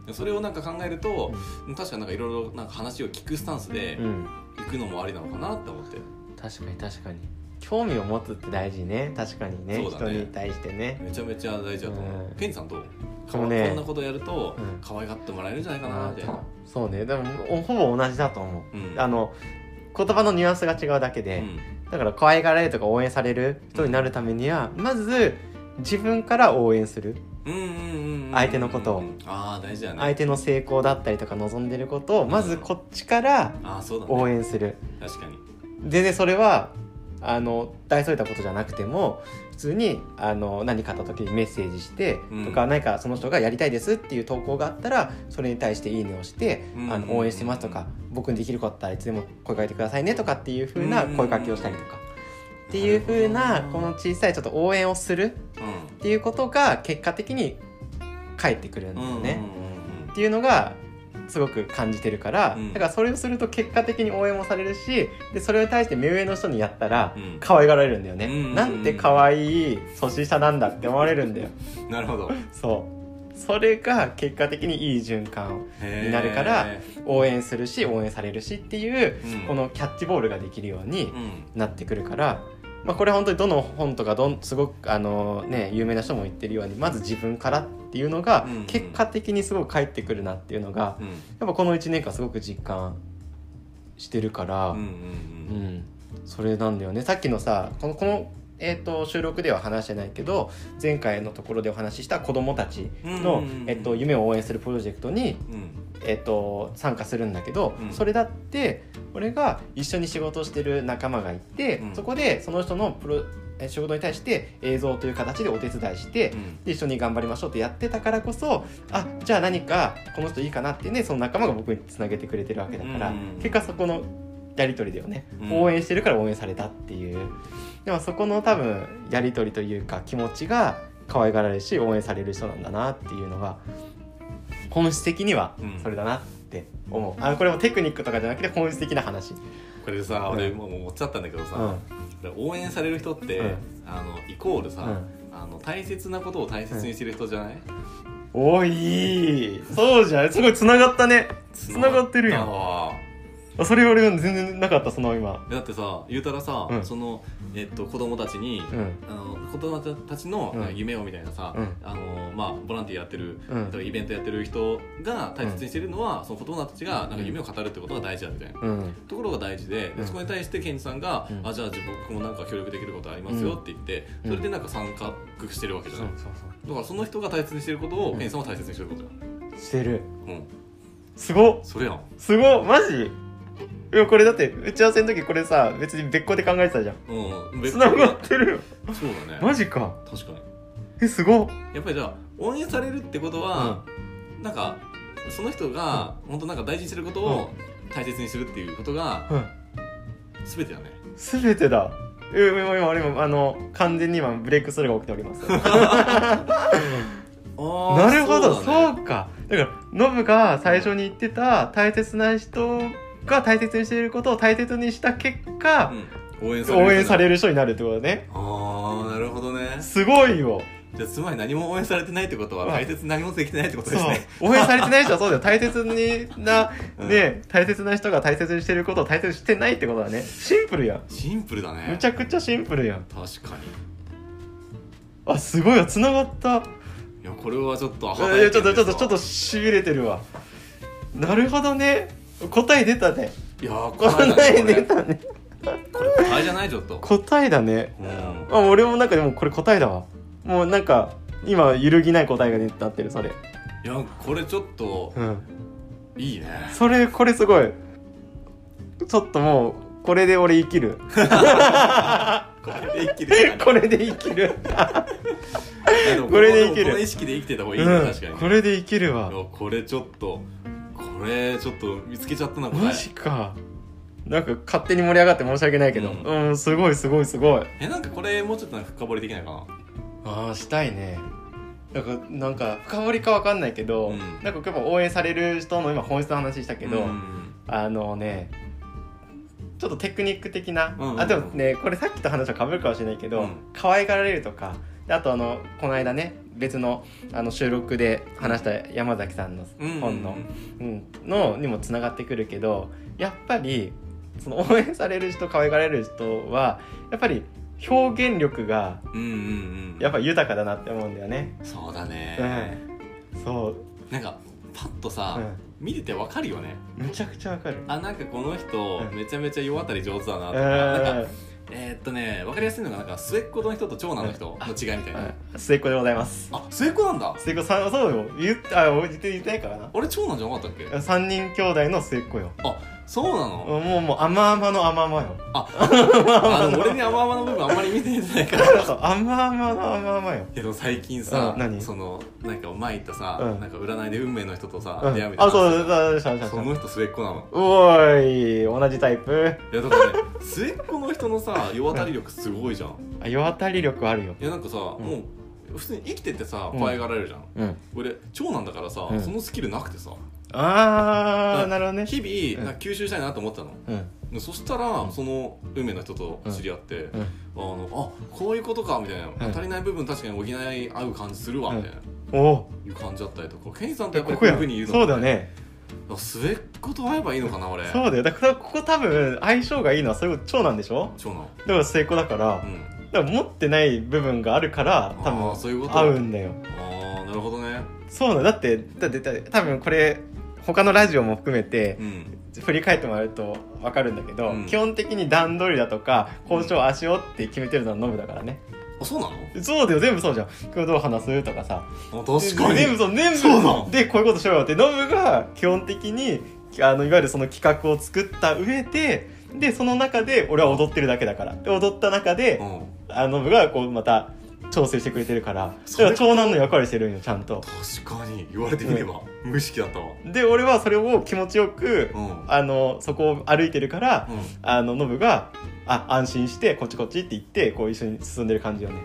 S1: うん、それをなんか考えると、確かになんかいろいろなんか話を聞くスタンスで
S2: うん
S1: 行くのもありなのかなって思って、
S2: 確かに確かに興味を持つって大事ね確かにね
S1: そうだ
S2: 人
S1: ね
S2: に対してね
S1: めちゃめちゃ大事だと思う、
S2: うん
S1: ケンジさんどう
S2: そうね
S1: こんなことやると
S2: うん
S1: 可愛がってもらえるんじゃないかなみたいな、
S2: そうねでもほぼ同じだと思う、
S1: うん
S2: あの言葉のニュアンスが違うだけ
S1: う
S2: で、
S1: ん
S2: だから可愛がられるとか応援される人になるためには、まず自分から応援する
S1: うんうんうんうん
S2: 相手のことを
S1: ああ大事だね
S2: 相手の成功だったりとか望んでることをまずこっちから
S1: ああそうだね
S2: 応援する
S1: 確かに
S2: 全然それはあの大それたことじゃなくても普通にあの何かあった時にメッセージして、
S1: うん
S2: とか何かその人がやりたいですっていう投稿があったらそれに対して「いいね」をして「
S1: うん
S2: あの応援してます」とか、僕にできることあったらいつでも声かけてくださいね」とかっていう風な
S1: うん
S2: 声かけをしたりとか、っていう風
S1: な
S2: な
S1: るほ
S2: こ
S1: ど
S2: の小さいちょっと応援をする
S1: う
S2: っていうことが結果的に返ってくるんだ
S1: ん
S2: よ
S1: うん
S2: ね。
S1: うん
S2: っていうのがすごく感じてるから、
S1: うん
S2: だからそれをすると結果的に応援もされるしでそれに対して目上の人にやったら
S1: うん
S2: 可愛がられるんだよね、
S1: うんうんうん
S2: なんて可愛い年下なんだって思われるんだよ
S1: うんうんなるほど
S2: そうそれが結果的にいい循環
S1: に
S2: [LAUGHS] になるから応援するし応援されるしっていう、
S1: うん
S2: このキャッチボールができるように
S1: うん
S2: なってくるから、まあ、これ本当にどの本とかどんすごくあの、ね、有名な人も言ってるようにまず自分からっていうのが
S1: うんうん
S2: 結果的にすごく返ってくるなっていうのが
S1: うん
S2: やっぱこの1年間すごく実感してるから、
S1: うんうん
S2: う
S1: うん
S2: んそれなんだよねさっきのさこのこの、えー、と収録では話してないけど前回のところでお話しした子どもたちの、
S1: うんうんうんうん
S2: えっと夢を応援するプロジェクトに
S1: うん
S2: えっと参加するんだけど、
S1: うん
S2: それだって俺が一緒に仕事をしてる仲間がいて、
S1: うん
S2: そこでその人のプロえ仕事に対して映像という形でお手伝いして、
S1: うん
S2: で一緒に頑張りましょうってやってたからこそあじゃあ何かこの人いいかなってねその仲間が僕につなげてくれてるわけだから、
S1: うん
S2: 結果そこのやり取りだよね、
S1: うん
S2: 応援してるから応援されたっていうでもそこの多分やり取りというか気持ちが可愛がられるし応援される人なんだなっていうのが本質的には
S1: うん
S2: それだなって思う、あこれもテクニックとかじゃなくて本質的な話、
S1: これさ
S2: うん
S1: 俺もう持っちゃったんだけど
S2: うん
S1: さ、これ応援される人って、
S2: うん
S1: あのイコールさ、
S2: うん
S1: あの大切なことを大切にしてる人じゃない、
S2: おいそうじゃんすごいつながったねつながってるやん
S1: あ
S2: それ俺全然なかったその今
S1: だってさ言うたらさ、
S2: うん
S1: その、えっと、子供たちに、
S2: うん
S1: あの子供たちの
S2: うん
S1: なんか夢をみたいなさ、
S2: うん
S1: あのまあ、ボランティアやってる、
S2: うん
S1: あとイベントやってる人が大切にしてるのは、その子供たちがなんか夢を語るってことが大事だみたいな。
S2: うん
S1: ところが大事で、で
S2: うん
S1: そこに対してケンジさんが、
S2: うん
S1: あじゃあ自分僕もなんか協力できることありますよって言って、
S2: うん
S1: それでなんか参画してるわけじゃ
S2: そ
S1: な
S2: う
S1: い、
S2: そうそ
S1: だからその人が大切にしてることを、
S2: うん
S1: ケンジさんは大切にしてることじ
S2: うしてる
S1: ゃんうん
S2: すごっ
S1: それやん
S2: すごっマジいやこれだって打ち合わせの時これさ別に別個で考えてたじゃん
S1: うん
S2: つながってるよ
S1: そうだね
S2: マジか
S1: 確かに
S2: えすごっ
S1: やっぱりじゃあ応援されるってことは、なんかその人が本当なんか大事にすることを大切にするっていうことが
S2: うん
S1: 全てだね
S2: 全てだえ今今俺今あの完全に今ブレイクスルーが起きておりますなるほどそう,、かだからノブが最初に言ってた大切な人が大切にしていることを大切にした結果、
S1: 応援される
S2: 応援さ
S1: る
S2: れる人になるってことだね
S1: ああなるほどね
S2: すごいよ
S1: じゃあつまり何も応援されてないってことは
S2: うん
S1: 大切に何もできてないってこと
S2: そ
S1: で
S2: う
S1: すね
S2: 応援されてない人はそうだ [LAUGHS] よ大切にな、
S1: うん
S2: ね大切な人が大切にしていることを大切にしてないってことだねシンプルやん
S1: シンプルだね
S2: むちゃくちゃシンプルやん
S1: 確かに
S2: あすごいよつながった
S1: いやこれはちょっとアハ体験
S2: いやちょっとちょっとちょっと
S1: で
S2: しびれてるわなるほどね答え出たね
S1: すわいやー怖いな
S2: 答え
S1: これ
S2: 出たね
S1: これ怖いじゃないちょっと
S2: 答えだね
S1: うん
S2: あ俺もなんかでもこれ答えだわもうなんか今揺るぎない答えが出たってるそれ
S1: いやこれちょっと
S2: うん
S1: いいね
S2: それこれすごいちょっともうこれで俺生きる
S1: これで一気に
S2: これで生きる
S1: いやも
S2: これでいける
S1: この意識で生きてた方がいいね、確か
S2: う
S1: に
S2: ん、これで生きるわ
S1: いやこれちょっとこれちょっと見つけちゃったな答
S2: マジかなんか勝手に盛り上がって申し訳ないけど
S1: う
S2: うん、すごいすごいすごい
S1: えなんかこれもうちょっとなんか深掘りできないかな
S2: ああしたいねなんかなんか深掘りかわかんないけど、
S1: うん
S2: なんかやっぱ応援される人の今本質の話したけど、
S1: うん
S2: あのねちょっとテクニック的な、
S1: うんうんうん
S2: あでもねこれさっきと話はかぶるかもしれないけど、
S1: うん
S2: 可愛がられるとかであとあのこの間ね別のあの収録で話した山崎さんの
S1: うん
S2: 本の、うん、のにもつながってくるけどやっぱりその応援される人可愛がられる人はやっぱり表現力が
S1: うんうんうん
S2: やっぱ豊かだなって思うんだよね。
S1: そうだ
S2: う
S1: ね、
S2: ん、そう、
S1: なんかパッとさ、
S2: う
S1: 見ててわかるよね
S2: ん、むちゃくちゃわかる。
S1: あなんかこの人、
S2: うん
S1: めちゃめちゃ世渡り上手だなとか,、なんかえーっとねわかりやすいのがなんか末っ子の人と長男の人の違いみたいな、
S2: うん末っ子でございます。
S1: あ末っ子なんだ
S2: 末っ子さん、そうよ、言って、あ、言って、言ってないから
S1: 俺長男じゃなかったっけ
S2: な。三人兄弟の末っ子よ。
S1: あそうなの、
S2: もう、もう、甘々の甘々よ。
S1: あの俺に甘々の部分あんまり見てない
S2: [LAUGHS]
S1: から
S2: そう、甘々の甘々よ。
S1: けど最近さ
S2: うん何
S1: そのなんか前言ったさ、
S2: うん
S1: なんか占いで運命の人とさ、
S2: うん
S1: 出会うみたい
S2: あ、
S1: な
S2: そう、そう、そう、そう、そう
S1: その人末っ子なの
S2: おーい、同じタイプ。
S1: いやだからね末っ子の人のさ世渡り力すごいじゃん
S2: あ、世当たり力あるよ。
S1: いやなんかさ、
S2: うん
S1: もう普通に生きててさ
S2: うん
S1: 可愛がられるじゃん、
S2: うん。
S1: 俺長男だからさ、
S2: うん
S1: そのスキルなくてさ
S2: あー、なるほどね。
S1: 日々
S2: うん
S1: なんか吸収したいなと思ってたの、
S2: うん、
S1: でそしたらその運命の人と知り合って、
S2: うん、
S1: あのあこういうことかみたいな、
S2: うん
S1: 足りない部分確かに補い合う感じするわみたいな、
S2: お
S1: いう感じだったりとかケンジさんってやっぱ
S2: こ
S1: り
S2: こ
S1: こういう
S2: や
S1: ふうに言うの
S2: そうだよね
S1: 末っ子と会えばいいのかな俺
S2: そうだよだからここ多分相性がいいのはそういう長男でしょ
S1: 長男
S2: だから成功だから
S1: うん
S2: だから持ってない部分があるから多
S1: あーそういうこ
S2: 分
S1: と
S2: 合うんだよ
S1: ああなるほどね
S2: そうなのだってだってだって多分これ他のラジオも含めて
S1: うん
S2: 振り返ってもらうと分かるんだけど、
S1: うん
S2: 基本的に段取りだとか交渉足をって決めてるのはノブだからね
S1: あそうなの
S2: そうだよ全部そうじゃん今日どう話すとかさ
S1: あ確か
S2: 全部
S1: に
S2: そう全部
S1: そうだ
S2: でこういうことしようよってノブが基本的にあのいわゆるその企画を作った上ででその中で俺は踊ってるだけだからで踊った中で、
S1: うん
S2: あノブがこうまた調整してくれてるから
S1: そ
S2: だ
S1: れ
S2: から長男の役割してるんよちゃんと
S1: 確かに言われてみれば無意識だったわ
S2: で俺はそれを気持ちよく、
S1: うん
S2: あのそこを歩いてるから、
S1: うん
S2: あのノブがあ安心してこっちこっちって言ってこう一緒に進んでる感じよね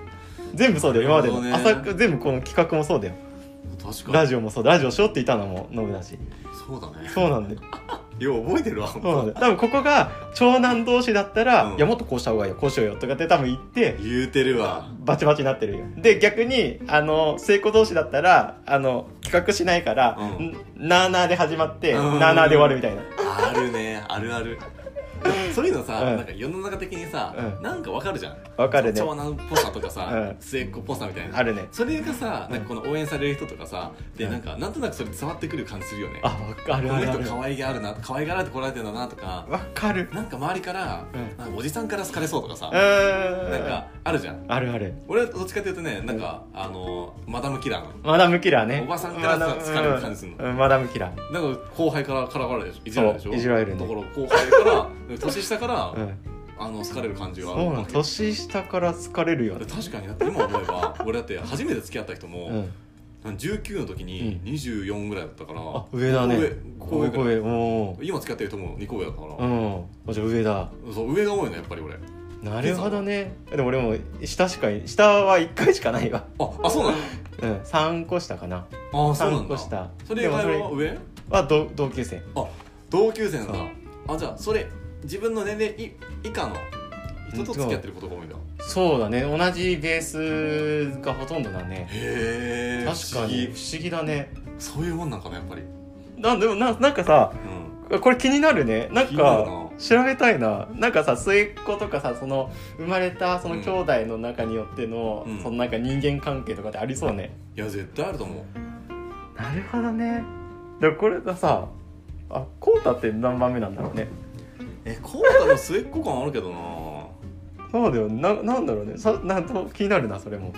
S2: 全部そうだよ今までの、
S1: なるほどね
S2: 朝全部この企画もそうだよ
S1: 確か
S2: ラ
S1: に
S2: ジオもそうラジオしようって言ったのもノブだし
S1: そうだね
S2: そうなんだよ
S1: よう覚えてるわ
S2: そうなんだよ多分ここが長男同士だったら、
S1: うん
S2: いやもっとこうした方がいいよこうしようよとかって多分言って
S1: 言うてるわ
S2: バチバチになってるよで逆にあの成功同士だったらあの企画しないから、
S1: うん
S2: んなあなあで始まって、
S1: うん
S2: なあなあで終わるみたいな
S1: ああるねあるあるでもそういうのさ、
S2: うん
S1: なんか世の中的にさ、
S2: うん
S1: なんかわかるじゃん
S2: わかるね
S1: 長男っぽさとかさ、
S2: うん
S1: 末っ子っぽさみたいな
S2: あるね
S1: それがさなんかこの応援される人とかさ、で
S2: うん
S1: なんかなんとなくそれ伝わってくる感じするよね
S2: あわか
S1: こ
S2: るあ
S1: の
S2: るあ
S1: 人
S2: る
S1: 可愛げあるな可愛がられてこられてるんだなとか
S2: わかる
S1: なんか周りから、
S2: うん
S1: なんかおじさんから好かれそうとかさ、
S2: うーん
S1: なんかあるじゃん
S2: あるある
S1: 俺はどっちかというとねなんか、あのマダムキラーなの
S2: マダムキラーね
S1: おばさんからさ
S2: マダム
S1: 疲れる感じすんの
S2: うんマダムキラー
S1: なんか後輩からからかれるでしょいじられるでしょ
S2: そういじられる
S1: だ
S2: ね
S1: から後輩から
S2: [LAUGHS]
S1: 年下から、
S2: うん
S1: あの好かれる感じは
S2: そうなの年下から好かれるよね
S1: 確かにだって今思えば俺だって初めて付き合った人も、
S2: うん
S1: 19の時に
S2: う
S1: 24ぐらいだったから、
S2: あ上だね
S1: ここ上ここ上
S2: 上も
S1: 今付き合ってる人も2個上だから、
S2: ううんあじゃあ上だ
S1: そう上が多いのやっぱり俺あ
S2: なるほどねでも俺も下しか下は1回しかないわ
S1: あそうな
S2: うん3個下かな
S1: のあそうなん
S2: 3
S1: だ
S2: 個下
S1: それ以外
S2: で
S1: は
S2: も
S1: 上
S2: それは同同級生
S1: 同級生なんだ
S2: そう
S1: あじゃあそれ自分の年齢い以下の人と付き合ってることが多いんだ
S2: そうだね同じベースがほとんどだね
S1: へえ
S2: 確かに不思議だね
S1: そういうもんなんかなやっぱり
S2: なんでもななんかさ
S1: うん
S2: これ気になるねなん
S1: 気になる
S2: か調べたいななんかさ末っ子とかさその生まれたその兄弟の中によっての、
S1: うん
S2: そのなんか人間関係とかってありそうね、
S1: いや絶対あると思う
S2: なるほどねでもこれがさあコウタって何番目なんだろうね
S1: えコウタの末っ子感あるけどな
S2: そうだよななんだろうねさなんと気になるなそれも
S1: うん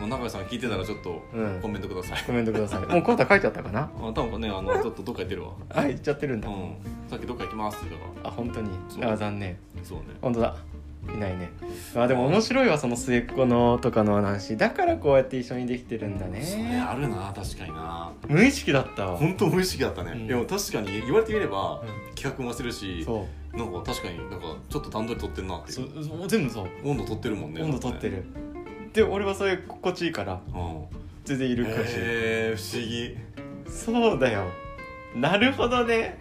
S1: まあ中井さん聞いてたらちょっと
S2: うん
S1: コメントください、
S2: コメントくださいもうコウタ書いちゃったかな
S1: [LAUGHS] あ多分ねあ [LAUGHS] のちょっとどっか行ってるわ
S2: あ言っちゃってるんだ、
S1: うんさっきどっか行きますって言ったか
S2: あ本当に
S1: そう
S2: あ残念
S1: らそうね
S2: 本当だいないねあでも面白いわその末っ子のとかの話だからこうやって一緒にできてるんだ
S1: それ
S2: ね
S1: あるな確かにな
S2: 無意識だったわ
S1: 本当無意識だったね、
S2: うん
S1: でも確かに言われてみれば、
S2: う
S1: 企画もしてるし
S2: そう
S1: なんか確かになんかちょっと段取り取ってんなっていう
S2: そう全部そう
S1: 温度取ってるもんね
S2: 温度取って
S1: る、
S2: るで俺はそれ心地いいから
S1: うん、
S2: 全然いるかし、
S1: へえ不思議
S2: そうだよなるほどね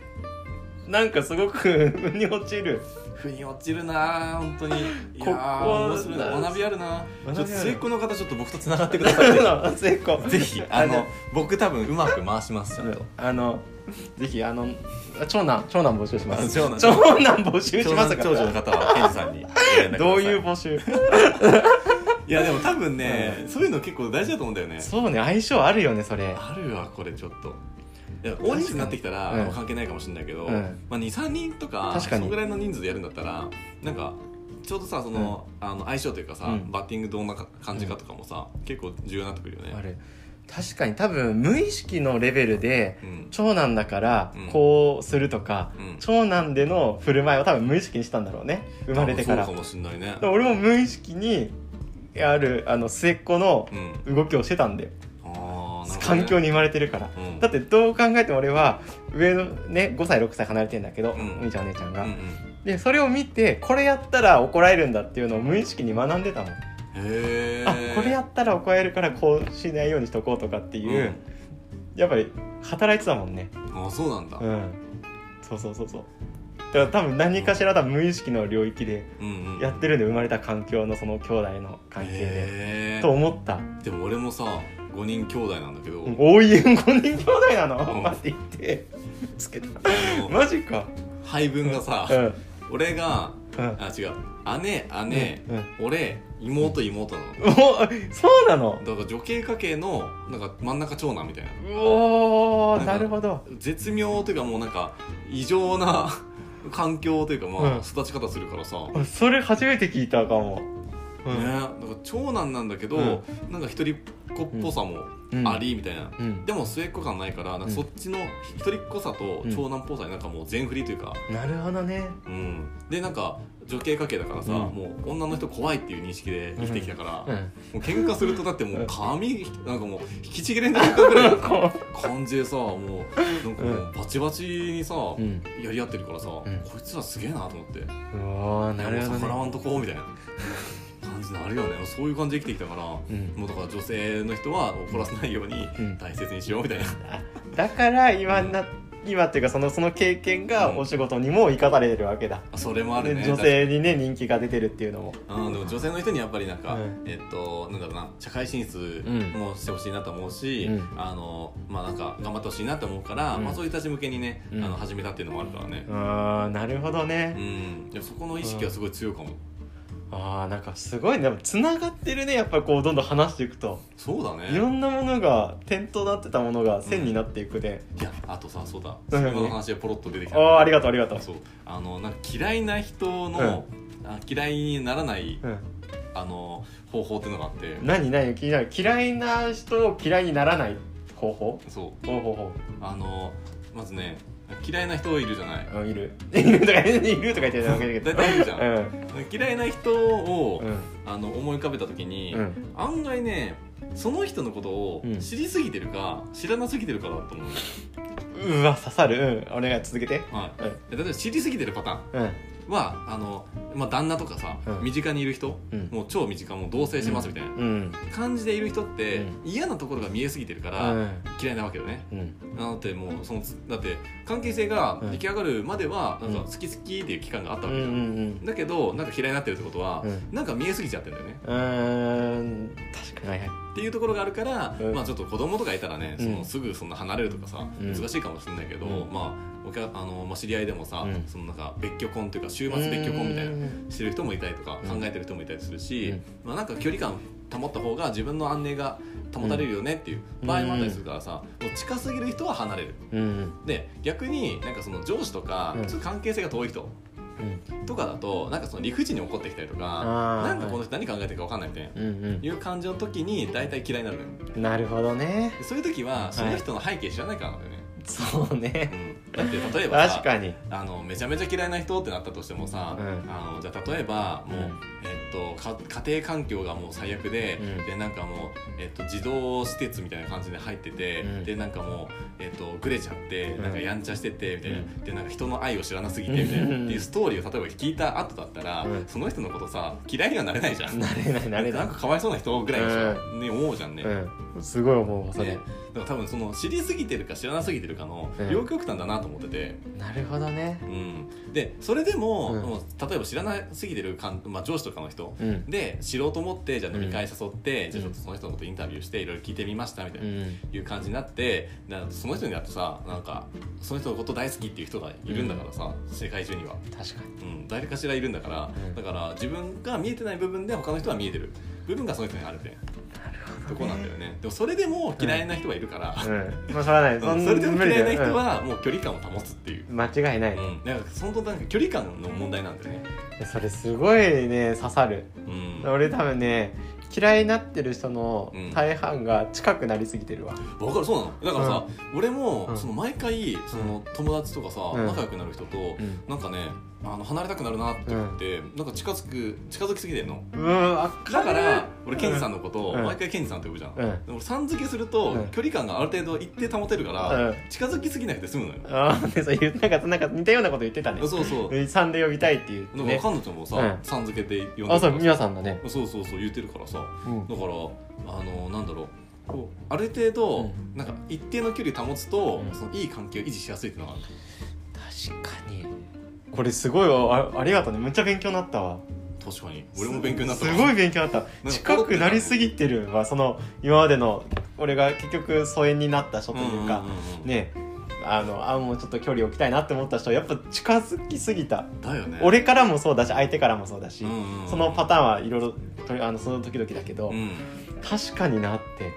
S2: なんかすごく [LAUGHS] 腑に落ちる
S1: 腑に落ちるな本
S2: [LAUGHS]
S1: 当にいやー
S2: ここは
S1: 面白いな学びあるな
S2: 学びある
S1: ちょっと末っ子の方ちょっと僕とつながってください
S2: [LAUGHS]
S1: ね
S2: 末っ子
S1: ぜひあの僕多分うまく回しますちゃんと
S2: [LAUGHS] あのぜひあの長男長男募集します
S1: 長男
S2: 募集し
S1: 長
S2: ます
S1: 男
S2: か
S1: 長女の方はケンジさんにご連絡くださ [LAUGHS]
S2: どういう募集
S1: いやでも多分ねそういうの結構大事だと思うんだよね
S2: そうね相性あるよねそれ
S1: あるわこれちょっといや大人数になってきたら、
S2: うん
S1: 関係ないかもしれないけど、
S2: うん
S1: まあ、23人とか
S2: 確かに
S1: そのぐらいの人数でやるんだったらなんかちょうどさその,、あの相性というかさ、
S2: うん
S1: バッティングどんなか感じかとかもさ、結構重要になってくるよね
S2: ある確かに多分無意識のレベルで
S1: うん
S2: 長男だから
S1: うん
S2: こうするとか、
S1: うん
S2: 長男での振る舞いを多分無意識にしたんだろうね生まれてから
S1: そうかもしれないね
S2: でも俺も無意識にあるあの末っ子の
S1: うん
S2: 動きをしてたんだよ、
S1: あーなるほどね
S2: 環境に生まれてるから、
S1: うん
S2: だってどう考えても俺は上のね5歳6歳離れてんだけど、
S1: うん
S2: お兄ちゃんお姉ちゃん
S1: う
S2: が、
S1: んうん
S2: でそれを見てこれやったら怒られるんだっていうのを無意識に学んでたもん、
S1: へえ
S2: あこれやったら怒られるからこうしないようにしとこうとかっていう、やっぱり働いてたもんね
S1: うん、あそうなんだ、
S2: うんそうそうそうそうだから多分何かしら多分無意識の領域で
S1: うんうん、
S2: やってるんで生まれた環境のその兄弟の関係で
S1: へー
S2: と思った
S1: でも俺もさ5人兄弟なんだけど、
S2: うんおいえん5人兄弟な
S1: う
S2: の
S1: ん
S2: 待って言ってつけた
S1: あの
S2: マジか
S1: 配分がさ、
S2: うんうん
S1: 俺が
S2: うん
S1: あ違う姉姉、
S2: うん
S1: 俺妹妹なの
S2: おそうなの
S1: だから女系家系のなんか真ん中長男みたいな
S2: うお
S1: なん
S2: ー
S1: か
S2: なるほど
S1: 絶妙というかもうなんか異常な [LAUGHS] 環境というかまあ、
S2: うん
S1: 育ち方するからさ、ね
S2: あそれ初めて聞いたかもうん
S1: なんか長男なんだけど、
S2: う
S1: なんか一人っ子っぽさも
S2: うん
S1: ありみたいな、
S2: うん
S1: でも末っ子感ないからなんかそっちの一人っ子さと
S2: うん
S1: 長男っぽさになんかもう全振りというか、
S2: なるほどね
S1: うん、でなんか女系家系だからさ、
S2: うん
S1: もう女の人怖いっていう認識で生きてきたから、
S2: う
S1: も
S2: ん
S1: う喧嘩するとだってもう髪なんかもう引きちぎれんじゃないかぐらいの
S2: [LAUGHS] こ
S1: 感じでさもうなんかもうバチバチにさ、
S2: ううん
S1: やり合ってるからさ、
S2: ん
S1: こいつらすげえなと思って
S2: うおーなるほ
S1: もう逆ら
S2: ど
S1: わ
S2: ね
S1: んとこうみたいな感じになるよねそういう感じで生きてきたから、
S2: うん
S1: もうだから女性の人は怒らせないように
S2: うん [LAUGHS]
S1: 大切にしようみたいな、
S2: だから今な今っていうかそのその経験が
S1: うん
S2: お仕事にも生かされてるわけだ、
S1: それもあるね
S2: で女性にね人気が出てるっていうのも
S1: うん、でも女性の人にやっぱりなんか、
S2: うん
S1: えっとなんだろうな社会進出
S2: うん
S1: もしてほしいなと思うし、
S2: うん
S1: あのまあなんか頑張ってほしいなと思うから、
S2: うん
S1: まあそういう人たち向けにね、
S2: うん
S1: あの始めたっていうのもあるからね。
S2: あーなるほどね、
S1: うん、でもそこの意識はすごい強いかも。
S2: あーなんかすごいねでもつながってるねやっぱこうどんどん話していくと
S1: そうだね。
S2: いろんなものが点となってたものが線になっていくで、
S1: いやあとさそうだ
S2: 何
S1: 今の話がポロッと出てきた
S2: ああありがとうありがとう
S1: そうあのなんか嫌いな人の、あ嫌いにならない
S2: うん、
S1: あの方法っていうのがあって
S2: 何何気になる嫌いな人を嫌いにならない方法
S1: そう
S2: 方法法
S1: あのまずね嫌いな人いるじゃない
S2: うんいるいるとかいるとか言ってるわけだけ
S1: 大
S2: ど
S1: 体
S2: [LAUGHS]
S1: いるじゃ、
S2: うんん
S1: 嫌いな人を、
S2: うん
S1: あの思い浮かべた時に、
S2: うん
S1: 案外ねその人のことを
S2: うん
S1: 知りすぎてるか、知らなすぎてるかだと思う、
S2: うわ刺さるうんお願い続けて
S1: は
S2: うん
S1: い、例えば知りすぎてるパターン
S2: うん
S1: はあの、まあ、旦那とかさ、
S2: うん
S1: 身近にいる人
S2: うん
S1: もう超身近もう同棲してますみたいな、
S2: うん
S1: 感じでいる人って、
S2: うん
S1: 嫌なところが見えすぎてるか
S2: う
S1: ら、
S2: ん
S1: 嫌いなわけよね
S2: うん
S1: なのでもうそのだって関係性が
S2: うん
S1: 出来上がるまでは、
S2: うん
S1: なんか好き好きっていう期間があっ
S2: う
S1: た
S2: ん
S1: わ
S2: う
S1: けよ、
S2: ん
S1: だけどなんか嫌いになってるってことは、
S2: うん
S1: なんか見えすぎちゃってるんだよね
S2: うーん確かにはいはい
S1: っていうところがあるから、
S2: うん
S1: まあちょっと子供とかいたらね、
S2: うん
S1: そのすぐそんな離れるとかさ、
S2: うん
S1: 難しいかもしれないけど、
S2: うん
S1: まあお客あのまあ知り合いでもさ、
S2: うん
S1: そのなんか別居婚というか週末別居婚みたいな
S2: うん
S1: してる人もいたりとか
S2: う
S1: 考
S2: ん
S1: えてる人もいたりするし、
S2: うん
S1: まあ、なんか距離感保った方が自分の安寧が保たれるよねっていう場合もあったりするからさ、もう近すぎる人は離れる
S2: うん
S1: で逆になんかその上司とか、
S2: うん
S1: ちょっと関係性が遠い人
S2: うん
S1: とかだとなんかその理不尽に怒ってきたりとか
S2: あー
S1: なんかこの人何考えてるか分かんないみたいな。
S2: うん
S1: いう感じの時に大体嫌いになるのよ
S2: うんなるほどね
S1: でそういう時はその人の背景知らないからなんだよね、
S2: そうね
S1: うん、だって例えばさ
S2: 確かに
S1: あのめちゃめちゃ嫌いな人ってなったとしてもさ、
S2: うん
S1: あのじゃあ例えばもう、
S2: うん
S1: えっと、か家庭環境がもう最悪で、
S2: うん
S1: でなんかもう、えっと、児童施設みたいな感じで入ってて、
S2: うん
S1: でなんかもう、えっと、グレちゃって、
S2: うん
S1: なんかやんちゃしててみたいな、
S2: うん
S1: でなんか人の愛を知らなすぎてみたいな、
S2: うん
S1: っていうストーリーを例えば聞いた後だったら、
S2: うん
S1: その人のことさ嫌いにはなれないじゃん。
S2: なれないなれな
S1: ないんかかわいそうな人ぐらいでしょ、ね思うじゃんね。
S2: うんすごい思うわそれ
S1: ね、だから多分その知りすぎてるか知らなすぎてるかの
S2: うん
S1: 両極端だなと思ってて、
S2: なるほどね
S1: うん、でそれでも,、
S2: うん
S1: もう例えば知らなすぎてるかん、まあ、上司とかの人
S2: うん
S1: で知ろうと思ってじゃあ飲み会誘って、
S2: ん
S1: じゃあちょっとその人のことインタビューしていろいろ聞いてみましたみたいうな。
S2: ん
S1: いう感じになってだからその人にだってさなんかその人のこと大好きっていう人がいるんだからさ、世界中には、
S2: 確かに
S1: うん、誰かしらいるんだから、
S2: うん
S1: だから自分が見えてない部分で他の人は見えてる部分がその人にあるみたいなとこなんだよねでもそれでも嫌いな人はいるから、
S2: うんまあそれはない
S1: うん
S2: ん
S1: それでも
S2: 無理だ
S1: 嫌い
S2: よ
S1: な人はもう距離感を保つっていう
S2: うん間違いない
S1: うん、なんか本当なんか距離感の問題なんだよね。
S2: それすごいね刺さる
S1: うん、わ
S2: 俺多分ね嫌いになってる人の
S1: うん
S2: 大半が近くなりすぎてるわ
S1: かるそうなの。だからさ、俺も、
S2: うん
S1: その毎回その友達とかさ、
S2: うん
S1: 仲良くなる人と、
S2: うん
S1: なんかねあの離れたくなるなって思って、なんか近づく近づきすぎてんの。
S2: うんあ
S1: だから俺ケンジさん
S2: の
S1: のことを
S2: うん
S1: 毎回ケンジさんって呼ぶじゃん。
S2: うん
S1: でも俺さん付けすると、
S2: うん
S1: 距離感がある程度一定保てるから、
S2: うん
S1: 近づきすぎなくて済むのよ。
S2: ああでそう言うなんかなんか似たようなこと言ってたね
S1: そうそう。
S2: うんさんで呼びたいっていう
S1: なん
S2: ね
S1: か彼女もさ、
S2: うん
S1: さん付けで呼んでるか
S2: あ
S1: ら
S2: そ
S1: さ
S2: う皆さんだね
S1: そうそうそう言ってるからさ。
S2: うん
S1: だからあのなんだろうこうある程度、
S2: うん
S1: なんか一定の距離保つと、
S2: うん
S1: そのいい関係を維持しやすいっていうのがある
S2: 確かにこれすごいわあありがとうねむっちゃ勉強になったわ
S1: 確かに俺も勉強になった
S2: す
S1: わ
S2: すごい勉強になっ
S1: か
S2: た近くなりすぎてるわその今までの俺が結局疎遠になった人というか、
S1: んんんうん
S2: ねあのあもうちょっと距離置きたいなって思った人やっぱ近づきすぎた、
S1: だよね
S2: 俺からもそうだし相手からもそうだし、
S1: うんうん
S2: そのパターンはいろいろとあのその時々だけど、
S1: うん
S2: 確かになって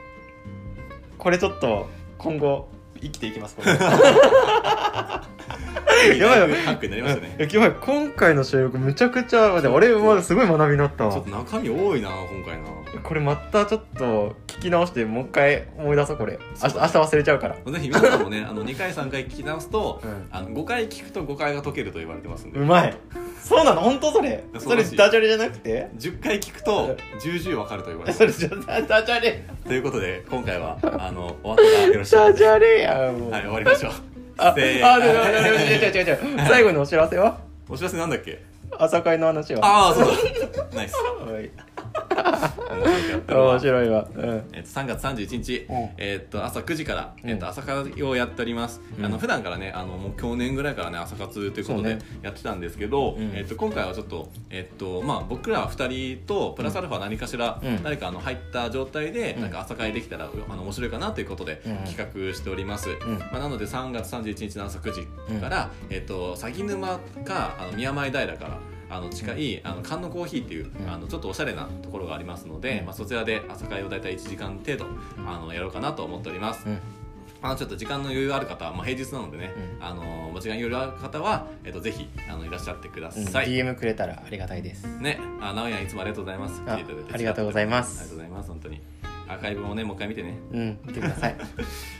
S2: これちょっと今後生きていきますこれ [LAUGHS] やばいやばい
S1: ハックになりましたね、
S2: うんいやばい今回の収録むちゃくちゃで俺はすごい学びになった
S1: ちょっ
S2: わ
S1: と中身多いな今回な
S2: これまたちょっと聞き直してもう一回思い出そうこれ
S1: そう
S2: 明日明日忘れちゃうから
S1: ぜひ皆さんもねあの2回3回聞き直すと、
S2: うん
S1: あの5回聞くと誤解が解けると言われてますんで、
S2: うまいそうなの本当それ
S1: そう
S2: そ
S1: ら
S2: れ
S1: しい
S2: ダジャレじゃなくて
S1: 10回聞くと重々わかると言われて
S2: そ
S1: ま
S2: れじゃダダジャレ
S1: すということで今回はあのお後がよ
S2: [LAUGHS]
S1: ろしい
S2: ダ
S1: の
S2: ジ
S1: で
S2: ャレやんもう、
S1: はい終わりましょう
S2: ああで
S1: せー
S2: もあでもでもでも違う違う違う違う最後にお知らせは
S1: お知らせなんだっけ
S2: 朝会の話は [LAUGHS]
S1: ああそうだナイス
S2: はい
S1: 面白くやってるわ
S2: 面白いわ、うん、
S1: えっと、3月31日、
S2: うん
S1: えっと、朝9時から、
S2: うん
S1: えっと、朝活をやっております、
S2: うん
S1: あの普段からねあのもう去年ぐらいからね朝活ということ
S2: そう
S1: で
S2: ね
S1: やってたんですけど、
S2: うん
S1: えっと、今回はちょっと、えっとまあ、僕ら2人とプラスアルファ何かしら、
S2: うん
S1: 誰かあの入った状態で、
S2: うん
S1: なんか朝会できたらあの面白いかなということで
S2: うん
S1: 企画しております、
S2: ん
S1: まあ、なので3月31日の朝9時から、えっと、鷺沼かあの宮前平からあの近いあの缶のコーヒーっていう、
S2: うん
S1: あのちょっとおしゃれなところがありますので、
S2: うん
S1: まあ、そちらで朝会を大体1時間程度あのやろうかなと思っております、
S2: うん
S1: あのちょっと時間の余裕ある方は、まあ、平日なのでね、あのお時間余裕ある方は、えっと、ぜひあのいらっしゃってくだ
S2: うん
S1: さい、
S2: DM くれたらありがたいです
S1: ねあなおやんいつもありがとうございます
S2: あ
S1: 聞いていただいて
S2: ありがとうございま
S1: ありがとう
S2: す
S1: ございます本当にアーカイブもねもう一回見てね
S2: うん見てください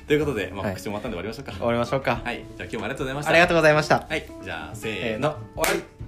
S1: ということで、まあ、
S2: はい
S1: 告知終わったんで終わりましょうか
S2: 終わりましょうか、
S1: はい、じゃあ今日もありがとうございました
S2: ありがとうございました
S1: はいじゃあせ
S2: せ
S1: ー
S2: ー
S1: の
S2: の終わり